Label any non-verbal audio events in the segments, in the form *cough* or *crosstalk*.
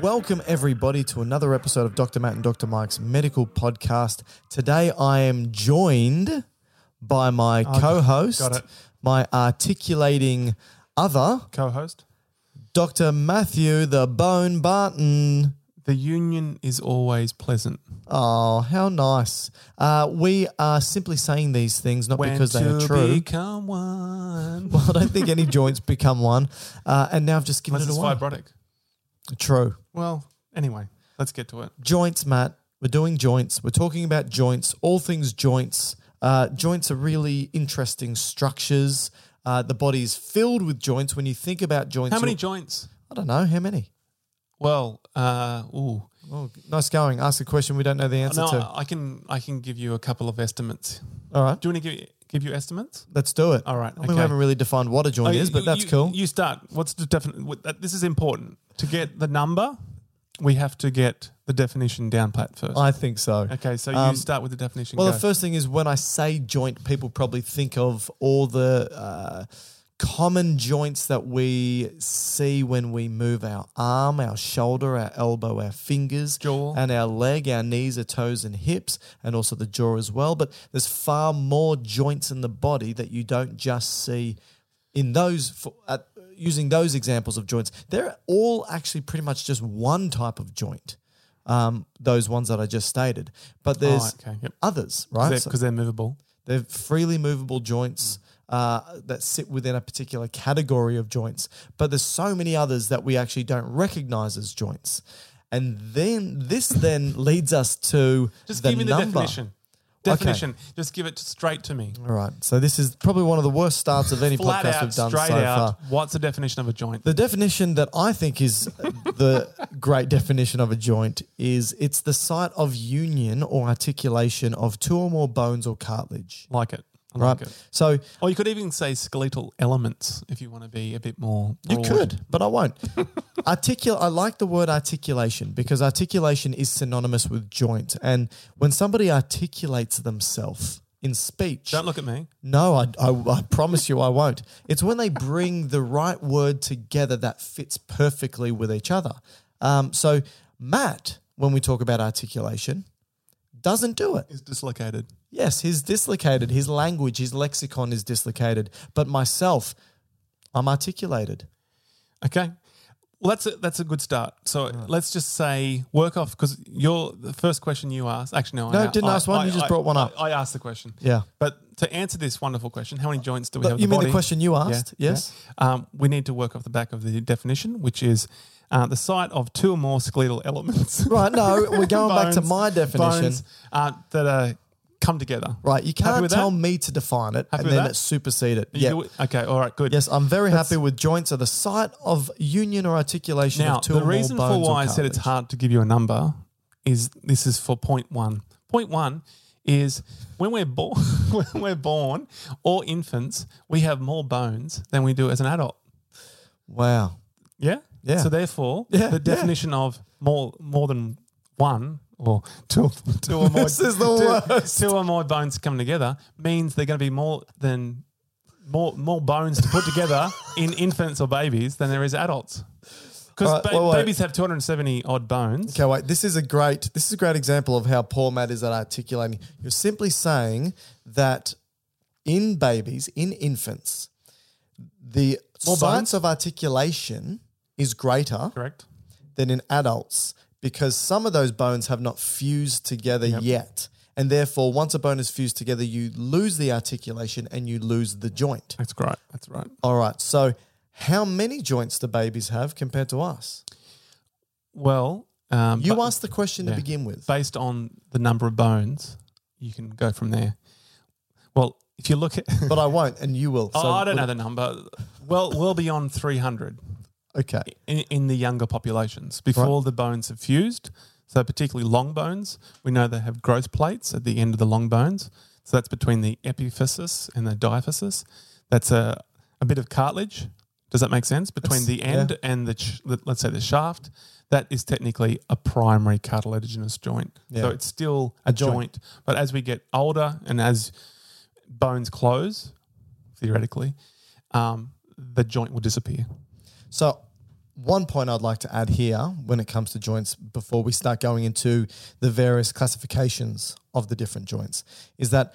Welcome, everybody, to another episode of Dr. Matt and Dr. Mike's medical podcast. Today, I am joined by my co Oh, got host, it. my articulating other, co-host. Dr. Matthew the Bone Barton. The union is always pleasant. Oh, how nice. Uh, we are simply saying these things not When because they to are true. become *laughs* one. well, I don't think any joints become one. Uh, and now I've just given Unless it it's away. fibrotic. True. Well, anyway, let's get to it. joints, Matt. We're doing joints. We're talking about joints, all things joints. Uh, joints are really interesting structures. Uh, the body is filled with joints. When you think about joints, How many you'll- joints? I don't know. How many? Well, uh, ooh. Oh, nice going. Ask a question we don't know the answer Oh, No, to. I can I can give you a couple of estimates. All right, Do you want to give give you estimates? let's do it. All right, I mean, we okay. haven't really defined what a joint Oh, is, but you- that's you- cool. You start. What's the definite? This is important to get the number. We have to get the definition down pat first. I think so. okay, so Um, you start with the definition. Well, go. the first thing is when I say joint, people probably think of all the uh, common joints that we see when we move our arm, our shoulder, our elbow, our fingers, Jaw. and our leg, our knees, our toes, and hips, and also the jaw as well. But there's far more joints in the body that you don't just see in those. For, at, using those examples of joints, they're all actually pretty much just one type of joint. Um, those ones that I just stated, but there's okay, yep. others, because right? they're, So 'cause they're movable. they're freely movable joints uh, that sit within a particular category of joints, but there's so many others that we actually don't recognize as joints. And then this then leads us to Just the give me number. the definition. Definition. Just give it straight to me. All right, so this is probably one of the worst starts of any Flat podcast out, we've done straight so out. far. What's the definition of a joint? The definition that I think is the great definition of a joint is it's the site of union or articulation of two or more bones or cartilage. like it. I Right. Like it. So Or you could even say skeletal elements if you want to be a bit more. You broad. could, but I won't. Articul- I like the word articulation because articulation is synonymous with joint. And when somebody articulates themselves in speech, Don't look at me. no, I, I, I promise you I won't. It's when they bring the right word together that fits perfectly with each other. Um, so, Matt, when we talk about articulation, doesn't do it. It's dislocated. Yes, he's dislocated. His language, his lexicon is dislocated. But myself, I'm articulated. Okay. Well, that's a, that's a good start. So let's just say work off because your the first question you asked. Actually, no, No, I didn't ask one, you just brought one up. I, I asked the question. Yeah. But to answer this wonderful question, how many joints do we But have? in you mean the body? question you asked? Yeah, Yes. yeah. Um, we need to work off the back of the definition, which is uh, the site of two or more skeletal elements. *laughs* Right, no, we're going back to Bones- my definition. bones, uh, that uh, come together. Right, you Happy can't with that? tell me to define it Happy and with then that? it supersede it. You Yeah. do it? Okay. All right. Good. Yes, I'm very happy with joints are the site of union or articulation Now, of two the or more reason for bones or why I said it's cartilage. hard to give you a number is this is for point one. Point one is when we're born, *laughs* when we're born or infants, we have more bones than we do as an adult. Wow. Yeah, Yeah. So therefore, Yeah, yeah. the definition of more more than one or two, two or more This *laughs* is the two- worst. two or more bones coming together means they're going to be more than more more bones to put together in infants or babies than there is adults. All Because right, wait, wait. babies have 270 odd bones. Okay, wait. This is a great. This is a great example of how poor Matt is at articulating. You're simply saying that in babies, in infants, the More science bones? of articulation is greater Correct. than in adults because some of those bones have not fused together yet, and therefore, once a bone is fused together, you lose the articulation and you lose the joint. That's right. That's right. All right. So, how many joints do babies have compared to us? Well, um, You but asked the question to yeah. begin with. based on the number of bones, you can go from there. Well, if you look at, *laughs* But I won't, and you will. oh, I don't would- know the number. Well, well beyond 300 Okay. in, in the younger populations before the bones have fused. So, particularly long bones, we know they have growth plates at the end of the long bones. So, that's between the epiphysis and the diaphysis. That's a, a bit of cartilage. Does that make sense? Between the end and the, ch- the, let's say, the shaft, that is technically a primary cartilaginous joint. So, Yeah. it's still a, joint. joint. But as we get older and as bones close, theoretically, um, the joint will disappear. So, one point I'd like to add here when it comes to joints before we start going into the various classifications of the different joints is that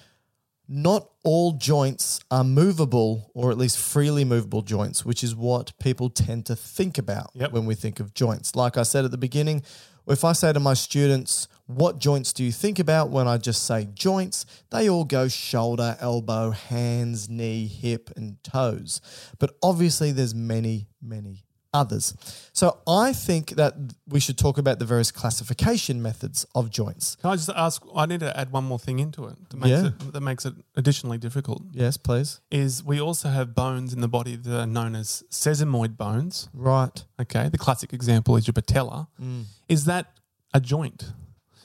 not all joints are movable or at least freely movable joints, which is what people tend to think about Yep. when we think of joints. Like I said at the beginning, if I say to my students, what joints do you think about when I just say joints? They all go shoulder, elbow, hands, knee, hip, and toes. But obviously, there's many, many others. So I think that we should talk about the various classification methods of joints. Can I just ask? I need to add one more thing into it that makes, Yeah. it, that makes it additionally difficult. Yes, please. Is we also have bones in the body that are known as sesamoid bones. Right. Okay, the classic example is your patella. Mm. Is that a joint?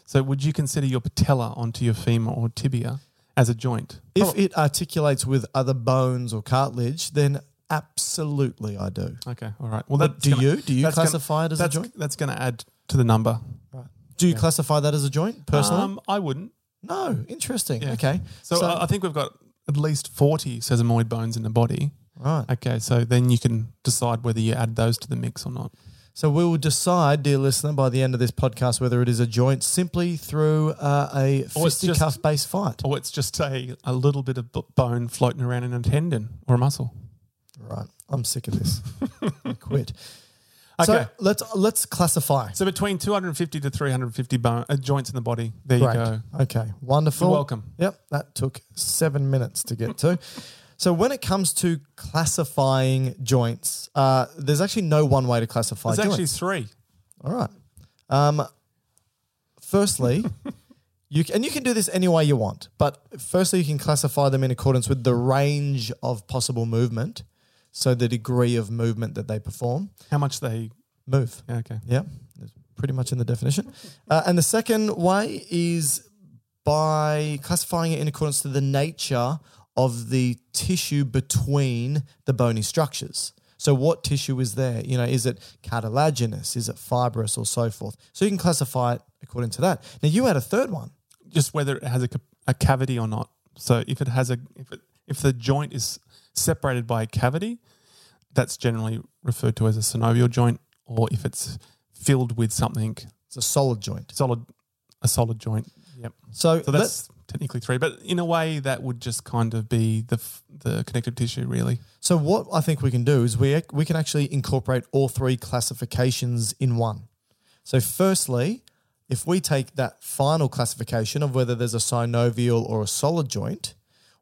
So would you consider your patella onto your femur or tibia as a joint? If it articulates with other bones or cartilage, then absolutely I do. Okay, all right. Well, But that's do gonna- you? Do you that's gonna- classify it as a that's- joint? That's going to add to the number. Do you classify that as a joint personally? Um, I wouldn't. no. Interesting. Yeah. Okay. So, uh, I I think we've got at least forty sesamoid bones in the body. right. Okay, so then you can decide whether you add those to the mix or not. So we will decide, dear listener, by the end of this podcast whether it is a joint simply through uh, a Or it's just- fisticuff based fight. Or Oh, it's just a, a little bit of b- bone floating around in a tendon or a muscle. Right. I'm sick of *laughs* this. I quit. So Okay. let's let's classify. So between 250 to 350 bone, uh, joints in the body. There Great. you go. Okay, wonderful. You're welcome. Yep, that took seven minutes to get to. *laughs* so when it comes to classifying joints, uh, there's actually no one way to classify There's actually joints. three. All right. Um, *laughs* firstly, you can, and you can do this any way you want, but firstly, you can classify them in accordance with the range of possible movement, so the degree of movement that they perform. How much they? Move. yeah, Okay. Yeah, that's pretty much in the definition. Uh, and the second way is by classifying it in accordance to the nature of the tissue between the bony structures. So, what tissue is there? You know, is it cartilaginous? Is it fibrous or so forth? So, you can classify it according to that. Now, you had a third one. Just whether it has a, ca- a cavity or not. So if it has a if it, if the joint is separated by a cavity, that's generally referred to as a synovial joint. Or if it's filled with something It's a solid joint. solid, a solid joint. Yep. So, So let's. that's technically three, but in a way, that would just kind of be the f- the connective tissue, really. So what I think we can do is we we can actually incorporate all three classifications in one. So firstly, if we take that final classification of whether there's a synovial or a solid joint,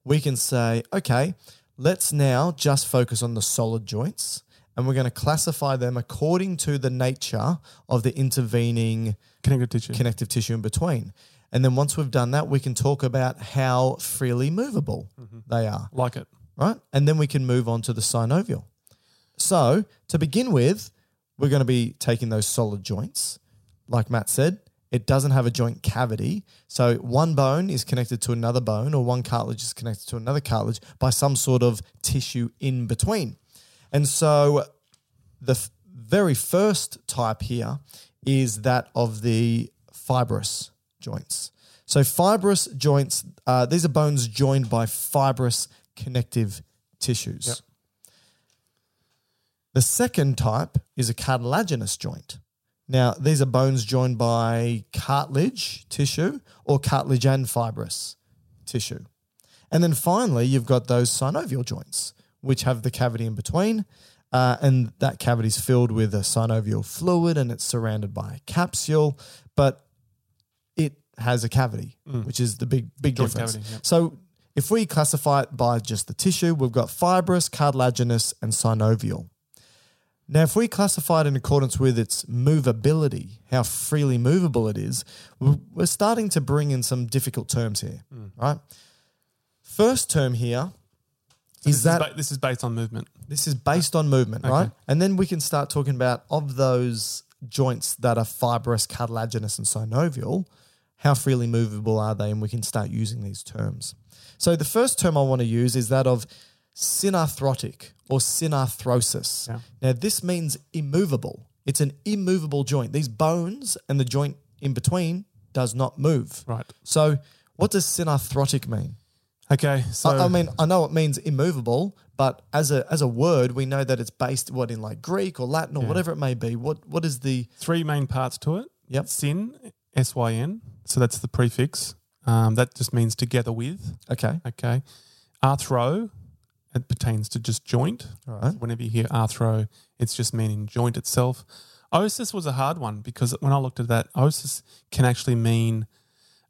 we can say, okay, let's now just focus on the solid joints and we're going to classify them according to the nature of the intervening Connective tissue. connective tissue in between. And then once we've done that, we can talk about how freely movable they are like it. right? And then we can move on to the synovial. So, to begin with, we're going to be taking those solid joints. Like Matt said, it doesn't have a joint cavity. So, one bone is connected to another bone, or one cartilage is connected to another cartilage by some sort of tissue in between. And so, the f- very first type here is that of the fibrous joints. So fibrous joints, uh, these are bones joined by fibrous connective tissues. The second type is a cartilaginous joint. Now, these are bones joined by cartilage tissue or cartilage and fibrous tissue. And then finally, you've got those synovial joints, which have the cavity in between. Uh, and that cavity is filled with a synovial fluid and it's surrounded by a capsule, but it has a cavity, which is the big, big Joint difference. Mm. cavity, yeah. So if we classify it by just the tissue, we've got fibrous, cartilaginous, and synovial. Now, if we classify it in accordance with its movability, how freely movable it is, w- we're starting to bring in some difficult terms here, Mm. right? First term here is This that ba- this is based on movement? this is based on movement, right? And then we can start talking about of those joints that are fibrous, cartilaginous, and synovial, how freely movable are they? And we can start using these terms. So the first term I want to use is that of synarthrotic or synarthrosis. Now this means immovable. It's an immovable joint. These bones and the joint in between does not move. Right. So what does synarthrotic mean? Okay. So I, I mean, I know it means immovable, but as a as a word, we know that it's based what in like Greek or Latin or whatever it may be. What what is the three main parts to it. Yep. Sin, S Y N. So that's the prefix. Um, that just means together with. okay? Okay. Arthro, it pertains to just joint. All right. So whenever you hear arthro, it's just meaning joint itself. Osis was a hard one because when I looked at that, osis can actually mean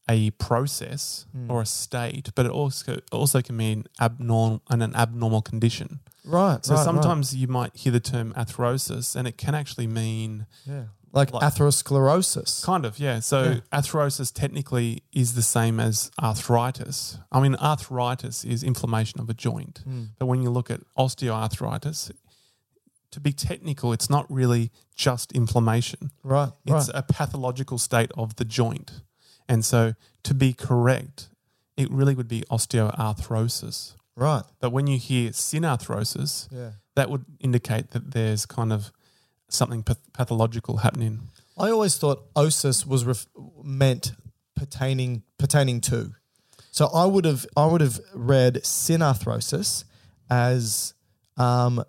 a process Hmm. or a state, but it also also can mean abnormal and an abnormal condition. Right. So right, right. sometimes you might hear the term athrosis, and it can actually mean yeah, like, atherosclerosis. Kind of, yeah. So arthrosis technically is the same as arthritis. I mean, arthritis is inflammation of a joint. But when you look at osteoarthritis, to be technical, it's not really just inflammation, right. Right. it's a pathological state of the joint. And so to be correct, it really would be osteoarthrosis. right. But when you hear synarthrosis, Yeah. that would indicate that there's kind of something path- pathological happening. I always thought osis was ref- meant pertaining pertaining to. So I would have I would have read synarthrosis as um,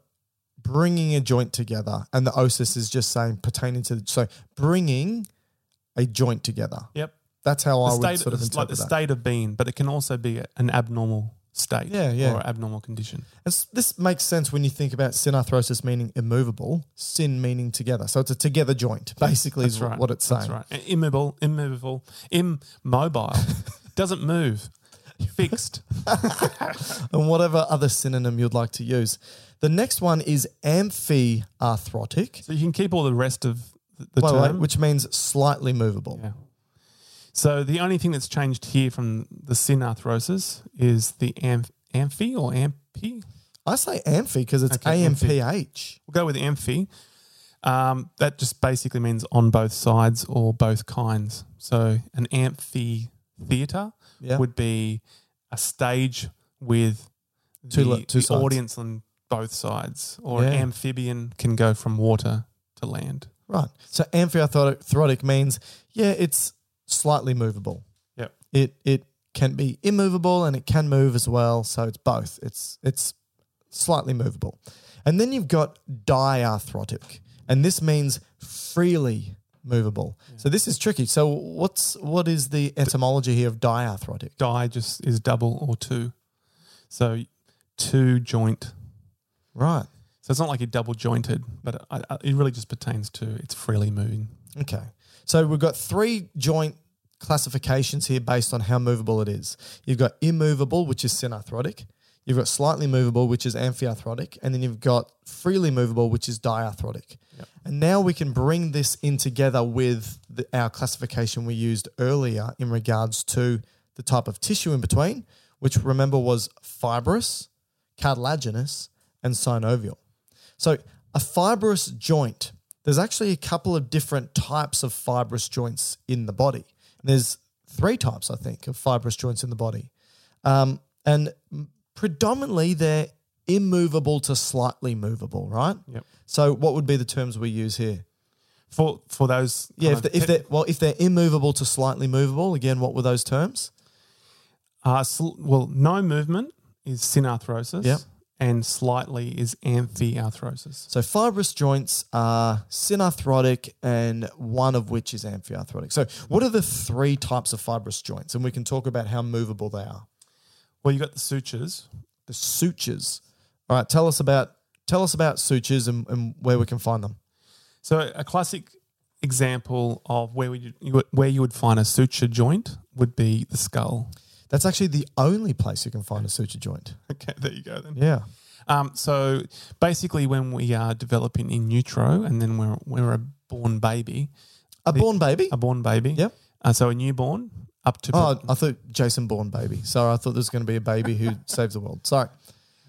bringing a joint together, and the osis is just saying pertaining to. The, so bringing a joint together. Yep. That's how I the would state, sort of it's like the interpret that. state of being, but it can also be a- an abnormal state Yeah, yeah. or abnormal condition. It's, this makes sense when you think about synarthrosis meaning immovable, sin meaning together. So it's a together joint, basically, is what it's saying. That's right. And Immobile, immovable, *laughs* immobile, doesn't move, fixed. and whatever other synonym you'd like to use. The next one is amphiarthrotic, So you can keep all the rest of the, the wait, wait, term. which means slightly movable. Yeah. so the only thing that's changed here from the synarthrosis is the amph- amphi or ampy. I say amphi because it's Okay, amphi. AMPH. We'll go with amphi. Um, that just basically means on both sides or both kinds. So an amphitheater Yeah. would be a stage with Two the, lo- two the sides. audience on both sides, or an Yeah. amphibian can go from water to land. Right. So amphiarthrotic means, yeah, it's slightly movable. Yep. It it can be immovable and it can move as well. So it's both. It's it's slightly movable. And then you've got diarthrotic. And this means freely movable. So this is tricky. So what's what is the etymology here of diarthrotic? Die just is double or two, so two joint. Right. So it's not like you're double jointed, but uh, I, I, it really just pertains to it's freely moving. Okay. So we've got three joint classifications here based on how movable it is. You've got immovable, which is synarthrotic. You've got slightly movable, which is amphiarthrotic, and then you've got freely movable, which is diarthrotic. And now we can bring this in together with the, our classification we used earlier in regards to the type of tissue in between, which remember was fibrous, cartilaginous, and synovial. So, a fibrous joint, there's actually a couple of different types of fibrous joints in the body. There's three types, I think, of fibrous joints in the body. Um, and predominantly they're immovable to slightly movable, right? Yep. So, what would be the terms we use here? For for those Yeah, kind if, of the, if tech- they're, well, if they're immovable to slightly movable, again, what were those terms? Uh, sl- well, no movement is synarthrosis, Yep. and slightly is amphiarthrosis. So fibrous joints are synarthrotic, and one of which is amphiarthrotic. So, what are the three types of fibrous joints? And we can talk about how movable they are. Well, you got the sutures. The sutures. All right, tell us about tell us about sutures and, and where we can find them. So a classic example of where would you, you would- where you would find a suture joint would be the skull. *laughs* That's actually the only place you can find a suture joint. Okay, there you go then. Yeah. Um, so basically, when we are developing in utero, and then we're we're a born baby, A born baby. a born baby. Yep. Uh, so a newborn up to Oh, I thought Jason Bourne baby. Sorry, I thought there was going to be a baby who saves the world. Sorry.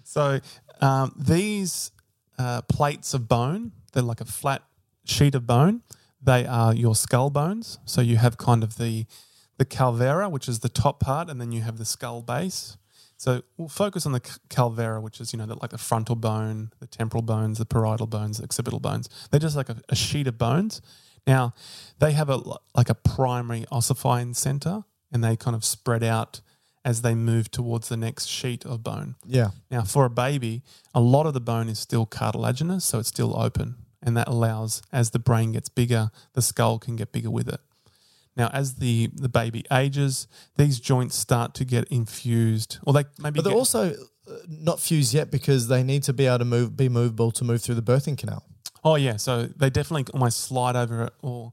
So um, these uh, plates of bone, they're like a flat sheet of bone. They are your skull bones. So you have kind of the the calvera, which is the top part, and then you have the skull base. So we'll focus on the c- calvera, which is you know the, like the frontal bone, the temporal bones, the parietal bones, the occipital bones. They're just like a, a sheet of bones. Now they have a l- like a primary ossifying center, and they kind of spread out as they move towards the next sheet of bone. Yeah. Now, for a baby, a lot of the bone is still cartilaginous, so it's still open. And that allows, as the brain gets bigger, the skull can get bigger with it. Now, as the, the baby ages, these joints start to get infused, or they maybe But they're get- also uh, not fused yet because they need to be able to move, be movable to move through the birthing canal. oh yeah, so they definitely almost slide over or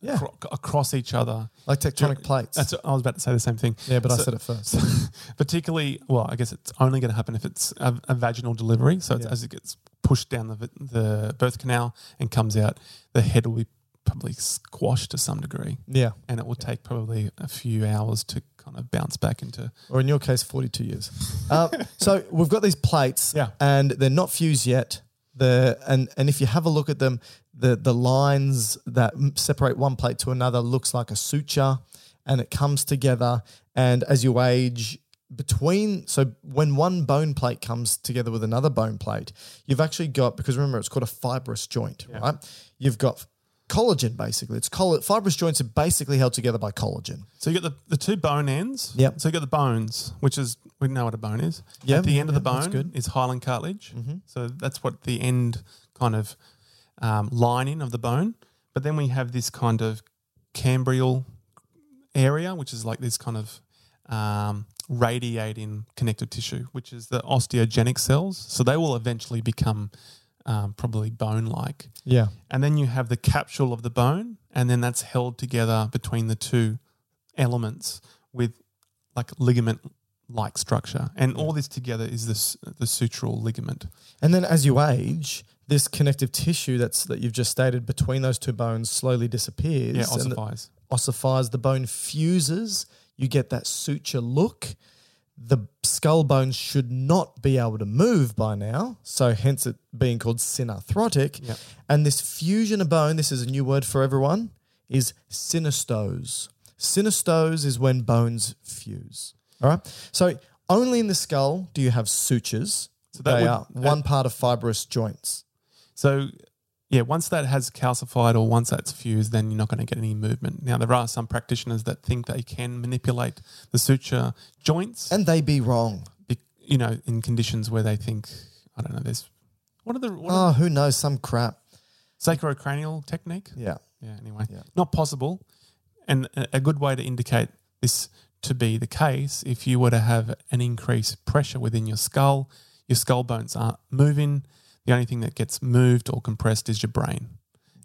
Yeah. cro- across each other. Like tectonic plates. That's I was about to say the same thing. yeah, but I So- said it first. So, *laughs* particularly, well, I guess it's only going to happen if it's a, a vaginal delivery. So it's, Yeah. as it gets pushed down the, vi- the birth canal and comes out, the head will be probably squashed to some degree. Yeah. And it will take probably a few hours to kind of bounce back into. Or in your case, 42 years. Uh, so we've got these plates Yeah. and they're not fused yet. The, and, and if you have a look at them, the, the lines that m- separate one plate to another looks like a suture and it comes together. And as you age, between so when one bone plate comes together with another bone plate, you've actually got because remember it's called a fibrous joint, right? You've got collagen basically. It's coll- fibrous joints are basically held together by collagen. So you got the, the two bone ends. Yep. So you got the bones, which is, we know what a bone is. Yeah, At the end of the yeah, that's bone good. Mm-hmm. is hyaline cartilage. So that's what the end kind of um, lining of the bone. But then we have this kind of cambrial area, which is like this kind of um, radiating connective tissue, which is the osteogenic cells. So they will eventually become um, probably bone like. Yeah. And then you have the capsule of the bone, and then that's held together between the two elements with like ligament like structure. And all this together is this the sutural ligament. And then as you age, this connective tissue that's that you've just stated between those two bones slowly disappears. Yeah, and the- ossifies. ossifies, the bone fuses, you get that suture look. The skull bones should not be able to move by now, so hence it being called synarthrotic. Yep. And this fusion of bone, this is a new word for everyone, is synostose. Synostose is when bones fuse. All right. So only in the skull do you have sutures. So that they would- are one part of fibrous joints. So, yeah, once that has calcified or once that's fused, then you're not going to get any movement. Now, there are some practitioners that think they can manipulate the suture joints, And they be wrong. be- you know, in conditions where they think, I don't know, there's what are the, what are Oh, who knows? Some crap. the sacrocranial technique? Yeah. Yeah, anyway, Yeah. not possible. And a a good way to indicate this to be the case, if you were to have an increased pressure within your skull, your skull bones aren't moving. The only thing that gets moved or compressed is your brain.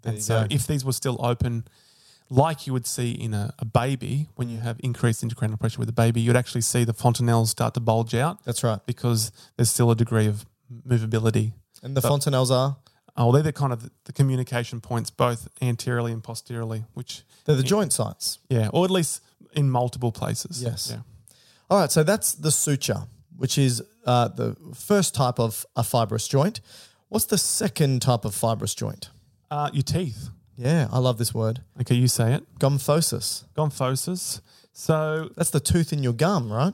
and so, if these were still open, like you would see in a, a baby when you have increased intracranial pressure with a baby, you'd actually see the fontanelles start to bulge out That's right. because there's still a degree of movability. And the fontanelles are Oh, they're the kind of the communication points, both anteriorly and posteriorly, which they're the joint sites. yeah, or at least in multiple places. Yes. Yeah. All right, so that's the suture, which is uh, the first type of a fibrous joint. What's the second type of fibrous joint? Uh, your teeth. Yeah, I love this word. Okay, you say it. Gomphosis. Gomphosis. So That's the tooth in your gum, right?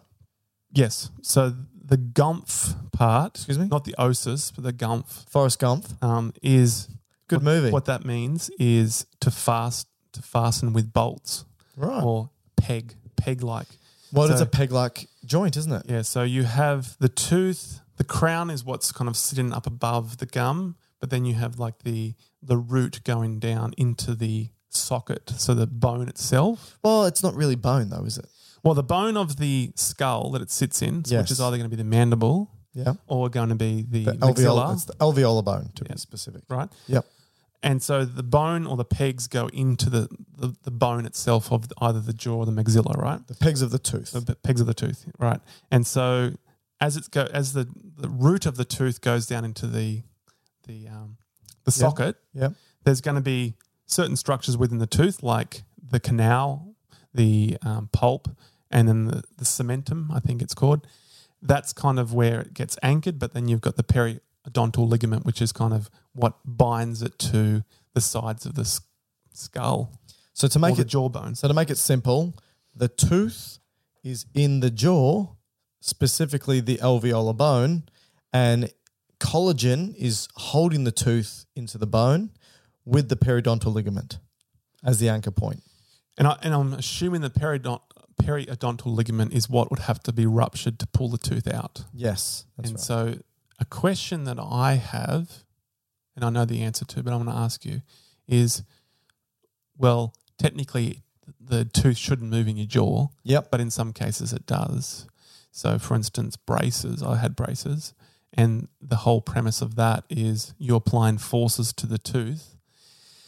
yes, so the gumph part, Excuse me? not the osis, but the gumph Forrest Gump. um, is Good what, movie. What that means is to fast to fasten with bolts Right. or peg peg like. well, it's so- a peg-like joint, isn't it? Yeah, so you have the tooth, the crown is what's kind of sitting up above the gum, but then you have like the the root going down into the socket, so the bone itself. Well, it's not really bone, though, is it? Well, the bone of the skull that it sits in, so Yes. which is either going to be the mandible Yeah. or going to be the, The maxilla, alveolar, it's the alveolar bone, to be specific. right? Yep. And so the bone or the pegs go into the, the, the bone itself of either the jaw or the maxilla, right? The pegs of the tooth. the p- pegs of the tooth, right? And so as it's go as the, the root of the tooth goes down into the the um, Yeah. the socket, Yeah. there's going to be certain structures within the tooth, like the canal, the um, pulp, and then the, the cementum, I think it's called. That's kind of where it gets anchored, but then you've got the periodontal ligament, which is kind of what binds it to the sides of the s- skull So to or make the it jawbone. so to make it simple, the tooth is in the jaw, specifically the alveolar bone, and collagen is holding the tooth into the bone with the periodontal ligament as the anchor point. And, I, and I'm assuming the periodont, periodontal ligament is what would have to be ruptured to pull the tooth out. Yes, that's and right. so, a question that I have, and I know the answer to, but I'm going to ask you, is well, technically, the tooth shouldn't move in your jaw, Yep. but in some cases it does. So, for instance, braces, I had braces, and the whole premise of that is you're applying forces to the tooth.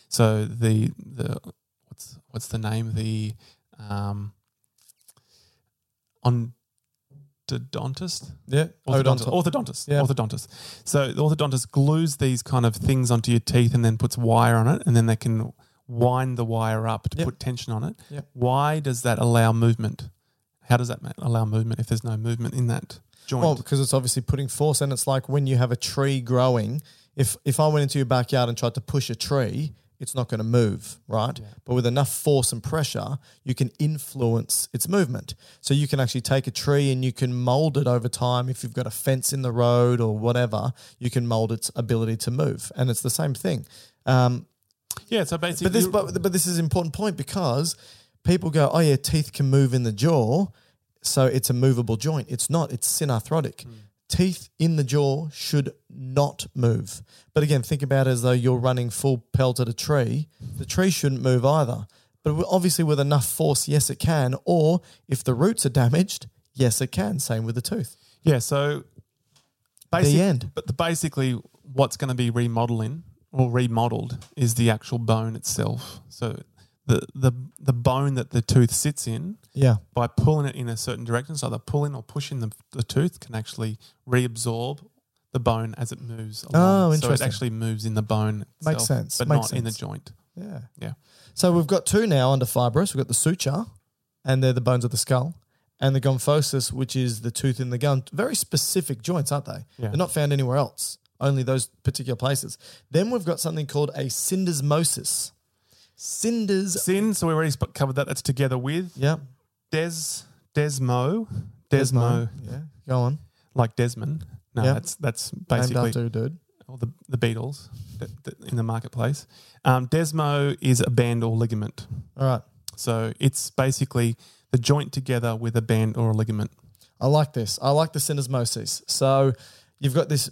So, the, the what's, what's the name? The um, ontodontist? Yeah. Orthodontist. Odontal. Orthodontist. Yeah. Orthodontist. So the orthodontist glues these kind of things onto your teeth and then puts wire on it, and then they can wind the wire up to Yep. put tension on it. Yep. Why does that allow movement? How does that ma- allow movement if there's no movement in that joint? Well, because it's obviously putting force, and it's like when you have a tree growing. If if I went into your backyard and tried to push a tree, it's not going to move, right? But with enough force and pressure, you can influence its movement. So you can actually take a tree and you can mold it over time. If you've got a fence in the road or whatever, you can mold its ability to move, and it's the same thing. Um, yeah. So basically, but this, but, but this is an important point because people go, oh yeah, teeth can move in the jaw, so it's a movable joint. It's not. It's synarthrotic. Teeth in the jaw should not move. But again, think about it as though you're running full pelt at a tree. The tree shouldn't move either. But w- obviously, with enough force, yes, it can. Or if the roots are damaged, yes, it can. Same with the tooth. yeah. So end. But the, basically, what's going to be remodeling or remodeled is the actual bone itself. So the the the bone that the tooth sits in Yeah. by pulling it in a certain direction, so either pulling or pushing the, the tooth can actually reabsorb the bone as it moves along. Oh, So interesting. it actually moves in the bone itself, Makes sense, but makes not in the sense. joint. Yeah. Yeah. So we've got two now under fibrous. We've got the suture, and they're the bones of the skull, and the gomphosis, which is the tooth in the gum. Very specific joints, aren't they? Yeah. They're not found anywhere else, only those particular places. Then we've got something called a syndesmosis. Cinders. Sin, so we already sp- covered that. That's together with yeah. des, desmo, desmo, Yeah. Go on. like Desmond. No, Yeah. that's that's Named basically after a dude. or the, the Beatles that, that in the marketplace. Um, desmo is a band or ligament. All right. So it's basically the joint together with a band or a ligament. I like this. I like the syndesmosis. So you've got this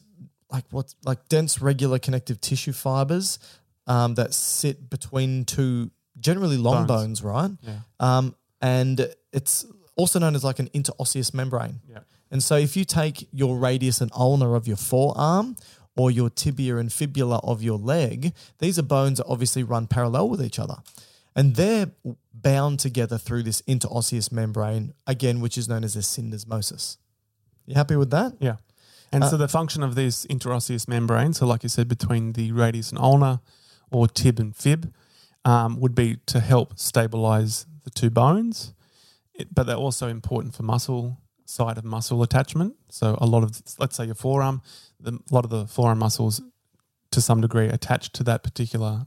like what like dense regular connective tissue fibers um, that sit between two generally long bones, Bones. right? Yeah. Um, and it's also known as like an interosseous membrane. Yeah. And so if you take your radius and ulnar of your forearm or your tibia and fibula of your leg, these are bones that obviously run parallel with each other. And they're bound together through this interosseous membrane, again, which is known as a syndesmosis. You happy with that? Yeah. And so the function of these interosseous membranes, so like you said, between the radius and ulna or tib and fib, um, would be to help stabilize the two bones. It, but they're also important for muscle, side of muscle attachment. So a lot of, let's say your forearm, the, a lot of the forearm muscles to some degree attached to that particular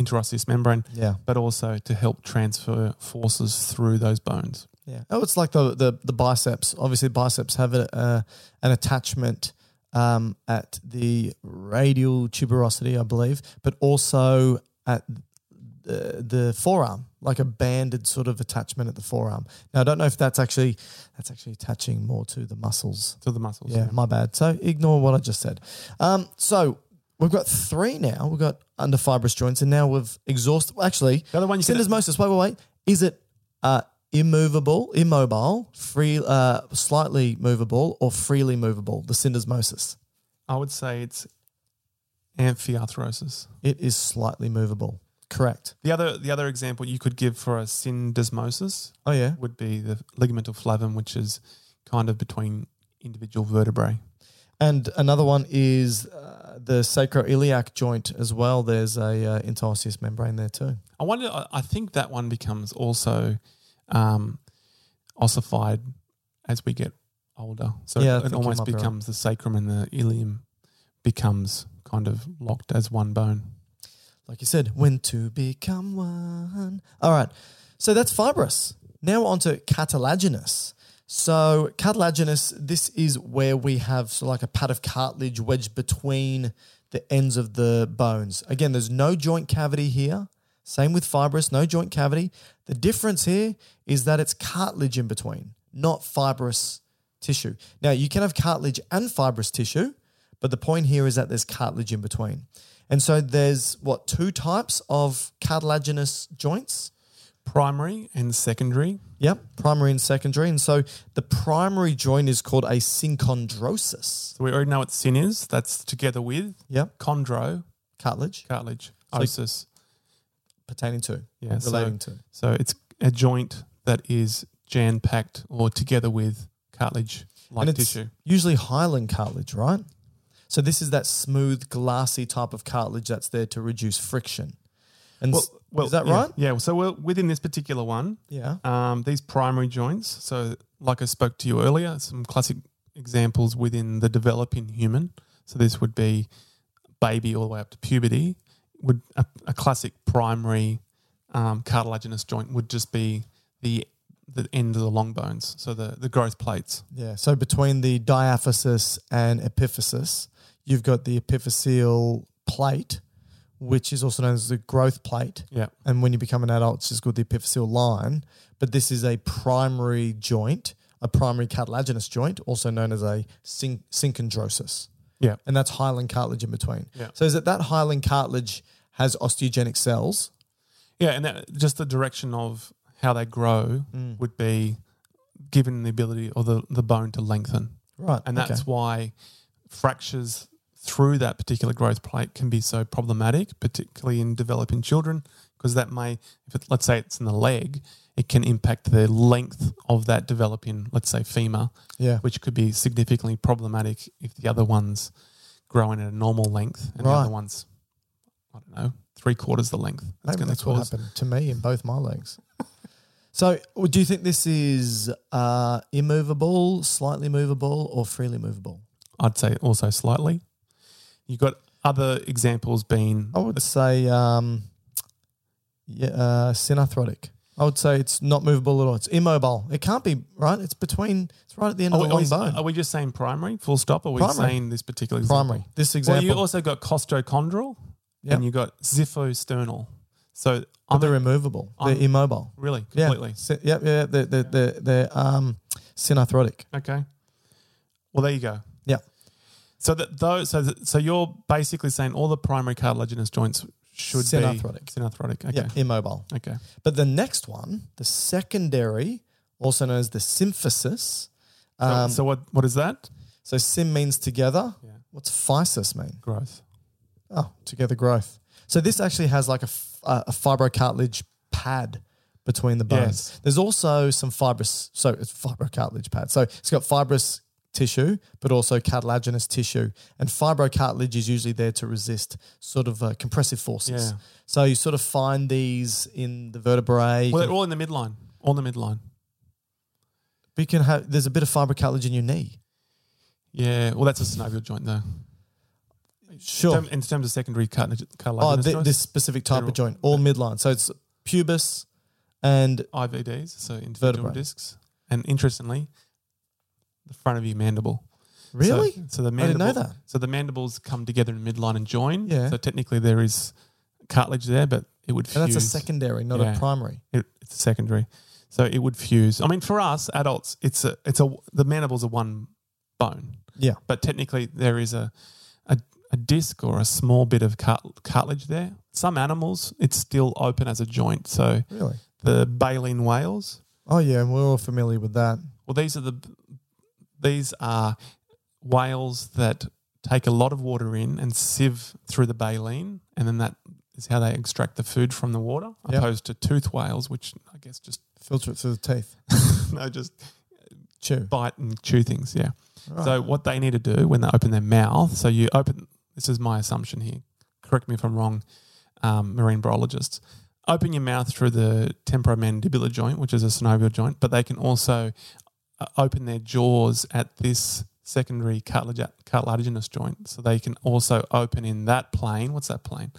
interosseous membrane, Yeah. but also to help transfer forces through those bones. Yeah. Oh, it's like the the, the biceps. Obviously, biceps have a, uh, an attachment um, at the radial tuberosity, I believe, but also at the, the forearm, like a banded sort of attachment at the forearm. Now, I don't know if that's actually that's actually attaching more to the muscles. To the muscles. Yeah, my bad. So ignore what I just said. Um, so we've got three now. We've got under fibrous joints, and now we've exhausted. well, Actually, The other one you said- syndesmosis. Wait, wait, wait. Is it uh, immovable, immobile, free, uh, slightly movable, or freely movable? The syndesmosis. I would say it's amphiarthrosis. It is slightly movable. Correct. The other the other example you could give for a syndesmosis Oh yeah. would be the ligamental flavum, which is kind of between individual vertebrae. And another one is uh, the sacroiliac joint as well. There's a uh, interosseous membrane there too. I wonder. I- I think that one becomes also um, ossified as we get older. So Yeah, I think it you almost might be right. becomes the sacrum and the ilium becomes kind of locked as one bone. like you said, when to become one. All right. So that's fibrous. Now on to cartilaginous. So cartilaginous, this is where we have sort of like a pad of cartilage wedged between the ends of the bones. Again, there's no joint cavity here. Same with fibrous, no joint cavity. The difference here is that it's cartilage in between, not fibrous tissue. Now, you can have cartilage and fibrous tissue, but the point here is that there's cartilage in between. And so there's what two types of cartilaginous joints? Primary and secondary. Yep, primary and secondary. And so the primary joint is called a synchondrosis. So we already know what sin is. That's together with Yep, chondro cartilage cartilage So- osis. pertaining to, Yeah, so- relating to. So it's a joint that is jam packed or together with cartilage like and it's tissue. usually hyaline cartilage, right? So this is that smooth, glassy type of cartilage that's there to reduce friction. And s- is that yeah, right? Yeah. So we're within this particular one, Yeah. um, these primary joints. So, like I spoke to you earlier, some classic examples within the developing human. So this would be baby all the way up to puberty. Would a, a classic primary um, cartilaginous joint would just be the the end of the long bones, so the, the growth plates. Yeah. So between the diaphysis and epiphysis, you've got the epiphyseal plate, which is also known as the growth plate. Yeah. And when you become an adult, it's just called the epiphyseal line. But this is a primary joint, a primary cartilaginous joint, also known as a syn- synchondrosis. Yeah. And that's hyaline cartilage in between. Yeah. So is it that hyaline cartilage has osteogenic cells? Yeah, and that, just the direction of how they grow Mm. would be given the ability or the, the bone to lengthen. Right. And okay. that's why fractures through that particular growth plate can be so problematic, particularly in developing children, because that may, if it, let's say it's in the leg, it can impact the length of that developing, let's say, femur, yeah. which could be significantly problematic if the other one's growing at a normal length and the Right. other one's, I don't know, three quarters the length. Maybe gonna that's what happened to me in both my legs. *laughs* so, w- do you think this is uh, immovable, slightly movable, or freely movable? I'd say also slightly. You've got other examples being I would say um, yeah, uh, synarthrotic. I would say it's not movable at all. It's immobile. It can't be right. It's between. It's right at the end are, of we, the are long we- bone. are we just saying primary, full stop? Or are we Primary. saying this particular example? primary. This Well, example. you also got costochondral Yep. and you got ziphosternal. So but I'm they're immovable. They're I'm- immobile. really Yeah. completely Sy- yep. Yeah. yeah, They're they're they're, they're um, synarthrotic. okay. Well, there you go. Yeah. So that though, so th- so you're basically saying all the primary cartilaginous joints should Synarthrotic. be synarthrotic. Okay. Yeah. Immobile. Okay. But the next one, the secondary, also known as the symphysis. So, Um, so, so what what is that? sim means together. Yeah. What's physis mean? Growth. Oh, together growth. So this actually has like a, f- a, a fibrocartilage pad between the bones. Yes. There's also some fibrous, so it's fibrocartilage pad. So it's got fibrous tissue, but also cartilaginous tissue. And fibrocartilage is usually there to resist sort of uh, compressive forces. Yeah. So you sort of find these in the vertebrae. You Well, can- they're all in the midline. All in the midline. you can have, there's a bit of fibrocartilage in your knee. Yeah. Well, that's a synovial joint, though. Sure. In term- In terms of secondary cartilage, Oh, cartilaginous thi- joints, this specific type of General. joint, all midline. So it's pubis and IVDs, so individual Vertebrae. discs, and interestingly, the front of your mandible. So- really So, the didn't mandible, know that. So the mandibles come together in midline and join. Yeah. So technically there is cartilage there, but it would fuse. And that's a secondary, not a Yeah. primary. It, it's secondary. So it would fuse. I mean, for us adults, it's a it's a the mandibles are one bone, Yeah. but technically there is a a, a disc or a small bit of cart, cartilage there. Some animals, it's still open as a joint. So Really? the baleen whales, Oh yeah, and we're all familiar with that. Well, these are the these are whales that take a lot of water in and sieve through the baleen, and then that is how they extract the food from the water, Yep. opposed to tooth whales, which I guess just *laughs* Filter it through the teeth. *laughs* no, just Chew. bite and chew things. Yeah. Right. So what they need to do when they open their mouth, so you open. This is my assumption here. Correct me if I'm wrong, um, marine biologists. Open your mouth through the temporomandibular joint, which is a synovial joint, but they can also uh, open their jaws at this secondary cartilage, cartilaginous joint. So they can also open in that plane. What's that plane?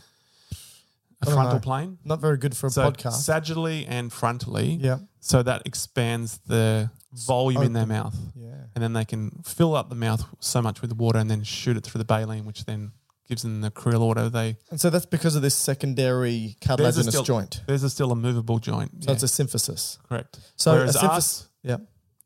A I don't frontal know. plane. not very good for a So podcast. sagittally and frontally. yeah. So that expands the volume in their Open. mouth Yeah. and then they can fill up the mouth so much with water and then shoot it through the baleen, which then gives them the krill order. They And so that's because of this secondary Theirs is cartilaginous still- joint. theirs is still a movable joint. So it's a symphysis. correct. So Whereas a symphysis. us, yeah.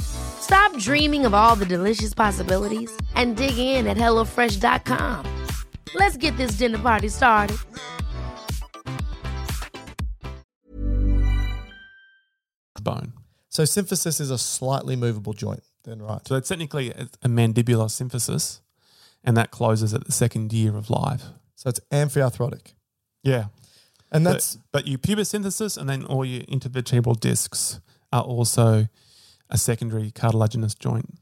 Stop dreaming of all the delicious possibilities and dig in at HelloFresh.com. Let's get this dinner party started. bone. So symphysis is a slightly movable joint, then right. So it's technically a, a mandibular symphysis, and that closes at the second year of life. So it's amphiarthrotic. Yeah, And But- that's but, your pubis synthesis and then all your intervertebral discs are also a secondary cartilaginous joint.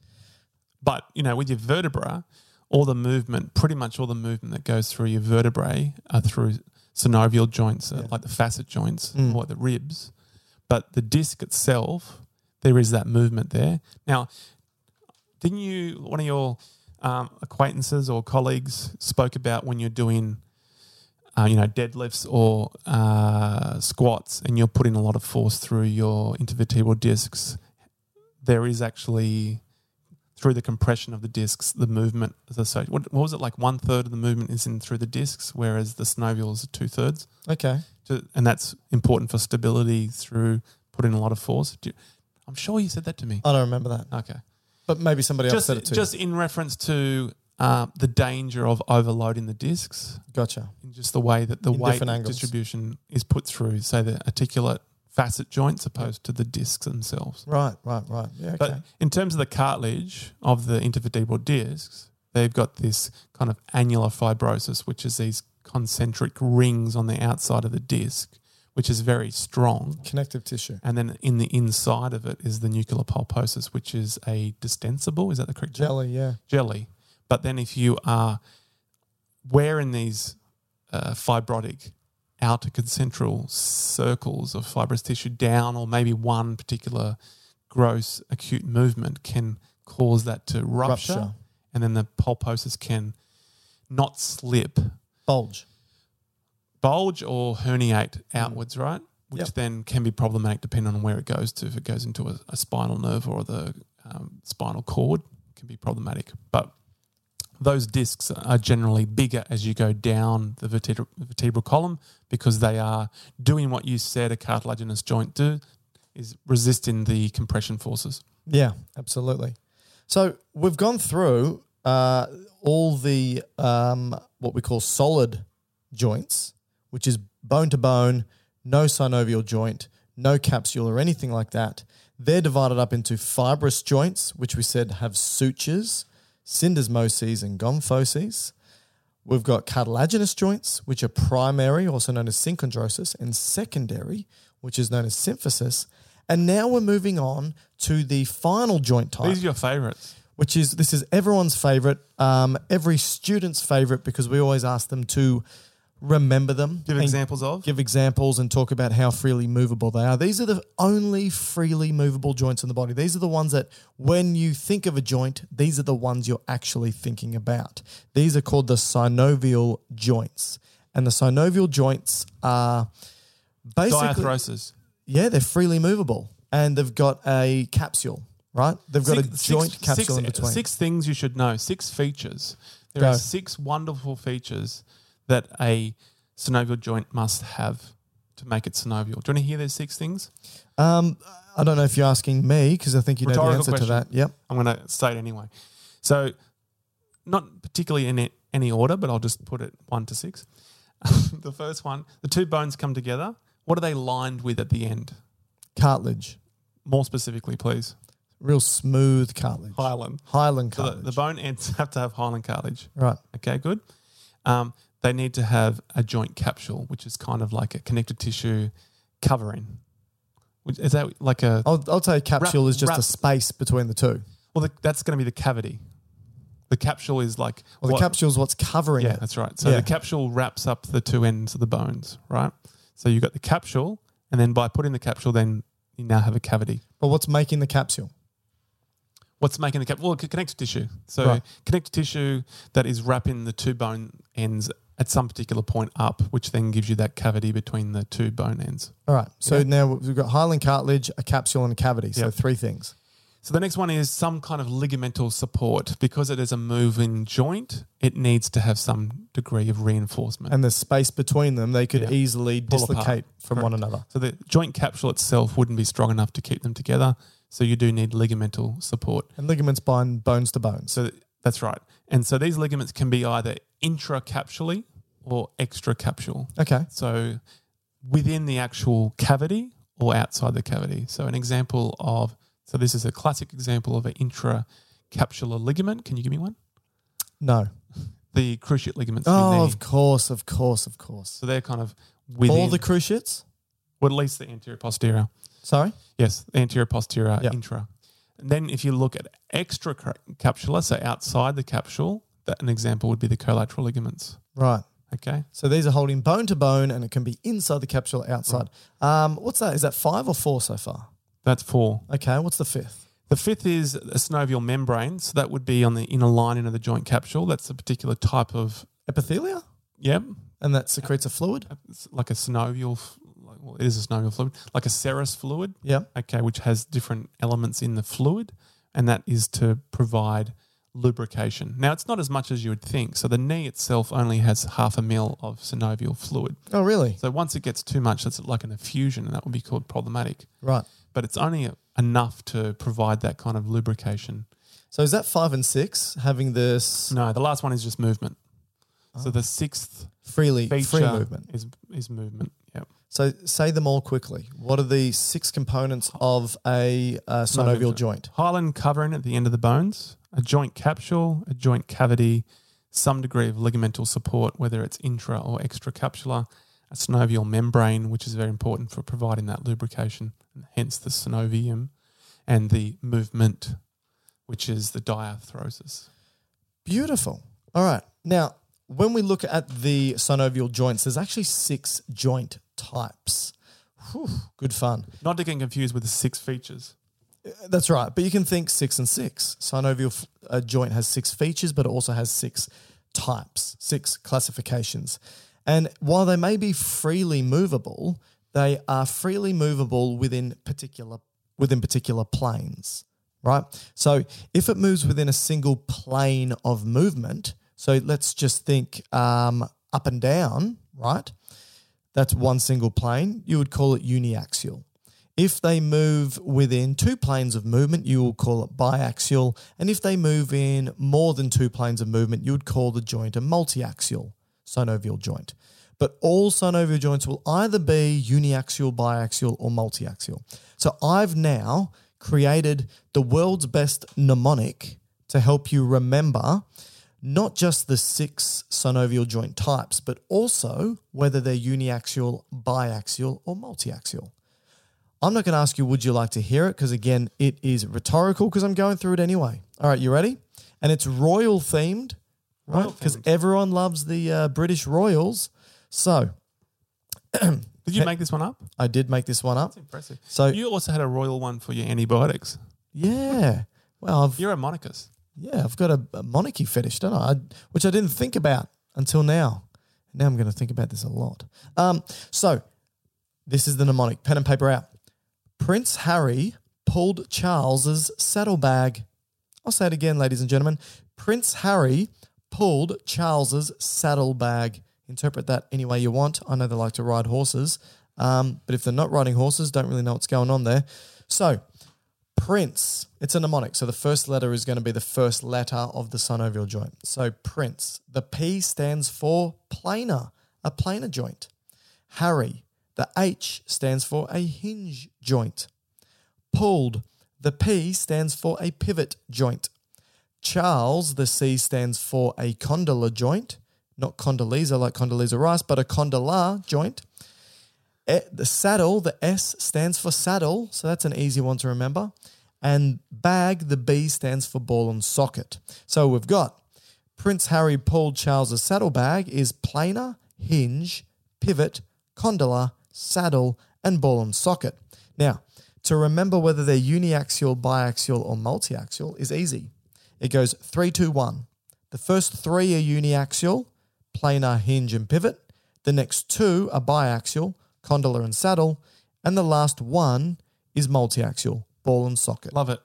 But you know, with your vertebra, all the movement, pretty much all the movement that goes through your vertebrae are through synovial joints, uh, like the facet joints Mm. or like the ribs. But the disc itself, there is that movement there. Now, didn't you one of your um, acquaintances or colleagues spoke about when you're doing uh, you know, deadlifts or uh, squats, and you're putting a lot of force through your intervertebral discs, there is actually through the compression of the discs, the movement is associated. What, what was it like? One third of the movement is in through the discs, whereas the synovial is two thirds, okay. and that's important for stability through putting a lot of force. Do you- I'm sure you said that to me. I don't remember that. Okay, But maybe somebody else Uh, said it just too. just in reference to uh, the danger of overloading the discs gotcha. in just the way that the In weight different angles. distribution is put through, say the articulate facet joints opposed to the discs themselves. Right, right, right. Yeah, okay. But in terms of the cartilage of the intervertebral discs, they've got this kind of annular fibrosis, which is these concentric rings on the outside of the disc, which is very strong. Connective tissue. And then in the inside of it is the nuclear pulposus, which is a distensible. Is that the correct term? Jelly, yeah. jelly. But then if you are wearing these uh, fibrotic outer concentral circles of fibrous tissue down, or maybe one particular gross acute movement can cause that to rupture, Rupture. and then the pulposus can not slip, Bulge. bulge or herniate outwards, right? Which Mm. Yep. then can be problematic depending on where it goes to. If it goes into a, a spinal nerve or the um, spinal cord, it can be problematic. But those discs are generally bigger as you go down the vertebral, vertebral column because they are doing what you said a cartilaginous joint do is resisting the compression forces. Yeah, absolutely. So we've gone through uh, all the um, what we call solid joints, which is bone to bone, no synovial joint, no capsule or anything like that. They're divided up into fibrous joints, which we said have sutures, syndesmoses, and gonphoses. We've got cartilaginous joints, which are primary, also known as synchondrosis, and secondary, which is known as symphysis. And now we're moving on to the final joint type These are your favorites. which is this is everyone's favorite, um, every student's favorite because we always ask them to remember them, Give and examples of. give examples, and talk about how freely movable they are. These are the only freely movable joints in the body. These are the ones that, when you think of a joint, these are the ones you're actually thinking about. These are called the synovial joints, and the synovial joints are basically Diarthrosis. yeah, they're freely movable, and they've got a capsule. Right, they've got a joint capsule six, in between. Six things you should know. Six features. There Go. are six wonderful features that a synovial joint must have to make it synovial. Do you want to hear those six things? Um, I don't know if you're asking me because I think you know the Rhetorical answer to question. that. Yep. I'm going to say it anyway. So, not particularly in a- any order, but I'll just put it one to six. *laughs* the first one, the two bones come together. What are they lined with at the end? Cartilage, More specifically, please. real smooth cartilage, Hyaline. Highland So the, cartilage. the bone ends *laughs* have to have hyaline cartilage. right. Okay, good. Um, they need to have a joint capsule, which is kind of like a connective tissue covering. Which- Is that like a? I'll, I'll tell you, capsule Wrap- is just wrap. a space between the two. Well, the, that's going to be the cavity. The capsule is like. Well, Oh, the what- capsule's what's covering Yeah, it. that's right. So Yeah. the capsule wraps up the two ends of the bones, right? So you've got the capsule, and then by putting the capsule, then you now have a cavity. But what's making the capsule? What's making the capsule? Well, c- connective tissue. So Right. connective tissue that is wrapping the two bone ends at some particular point up, which then gives you that cavity between the two bone ends. All right. So now we've got Highland cartilage, a capsule, and a cavity. So Yep. three things. So the next one is some kind of ligamental support. Because it is a moving joint, it needs to have some degree of reinforcement. And the space between them, they could Yeah. easily Pull apart. dislocate from one Correct. another. so the joint capsule itself wouldn't be strong enough to keep them together. So you do need ligamental support. And ligaments bind bones to bones. So that's right. And so these ligaments can be either intracapsularly or extracapsule. okay. So within the actual cavity or outside the cavity. So an example of so this is a classic example of an intracapsular ligament. Can you give me one? No. The cruciate ligaments. in your Oh, knee. of course, of course, of course. So they're kind of within, All the cruciates. well, at least the anterior posterior. Sorry. Yes, the anterior posterior Yeah. intra. And then if you look at extracapsular, so outside the capsule, that an example would be the collateral ligaments. Right. Okay. So these are holding bone to bone, and it can be inside the capsule, outside. Um, what's that? Is that five or four so far? That's four. Okay. What's the fifth? The fifth is a synovial membrane. So that would be on the inner lining of the joint capsule. That's a particular type of, Epithelia, yeah, and that secretes a fluid. it's like a synovial, f- like, well, it is a synovial fluid, like a serous fluid. Yeah. Okay, which has different elements in the fluid, and that is to provide lubrication. Now, it's not as much as you would think. So the knee itself only has half a mil of synovial fluid. Oh, really? So once it gets too much, that's like an effusion, and that would be called problematic. Right. But it's only enough to provide that kind of lubrication. So is that five and six having this No, the last one is just movement. So the sixth freely feature free movement? is is movement. Yeah. So say them all quickly. What are the six components of a uh, synovial joint? Hyaline covering at the end of the bones, a joint capsule, a joint cavity, some degree of ligamental support, whether it's intra or extracapsular, a synovial membrane, which is very important for providing that lubrication, and hence the synovium, and the movement, which is the diarthrosis. Beautiful. All right. Now, when we look at the synovial joints, there's actually six joint types. Whew, good fun. Not to get confused with the six features. That's right. But you can think six and six. Synovial f- uh, joint has six features, but it also has six types, six classifications. And while they may be freely movable, they are freely movable within particular within particular planes, right? So if it moves within a single plane of movement, so let's just think um, up and down, right? That's one single plane. You would call it uniaxial. If they move within two planes of movement, you will call it biaxial. And if they move in more than two planes of movement, you would call the joint a multiaxial synovial joint. But all synovial joints will either be uniaxial, biaxial, or multiaxial. So I've now created the world's best mnemonic to help you remember not just the six synovial joint types, but also whether they're uniaxial, biaxial, or multiaxial. I'm not going to ask you, would you like to hear it? Because again, it is rhetorical because I'm going through it anyway. All right, you ready? And it's royal themed, right? Because everyone loves the uh, British royals. So Did you make this one up? I did make this one up. Impressive. So- you also had a royal one for your antibiotics. Yeah. Well, I've, You're a monicus. yeah, I've got a, a monarchy fetish, don't I? I? Which I didn't think about until now. Now I'm going to think about this a lot. Um, so this is the mnemonic. Pen and paper out. Prince Harry pulled Charles's saddlebag. I'll say it again, ladies and gentlemen. Prince Harry pulled Charles's saddlebag. Interpret that any way you want. I know they like to ride horses, um, but if they're not riding horses, don't really know what's going on there. So, Prince. It's a mnemonic. So the first letter is going to be the first letter of the synovial joint. So Prince. The P stands for planar, a planar joint. Harry. The H stands for a hinge joint. Pulled. The P stands for a pivot joint. Charles. The C stands for a condylar joint. Not Condoleezza like Condoleezza Rice, but a condylar joint. E- the saddle, the S stands for saddle, so that's an easy one to remember. And bag, the B stands for ball and socket. So we've got Prince Harry pulled Charles's saddlebag is planar, hinge, pivot, condylar, saddle, and ball and socket. Now, to remember whether they're uniaxial, biaxial, or multiaxial is easy. It goes three, two, one. The first three are uniaxial, planar, hinge, and pivot. The next two are biaxial, condylar and saddle. And the last one is multiaxial, ball and socket. Love it.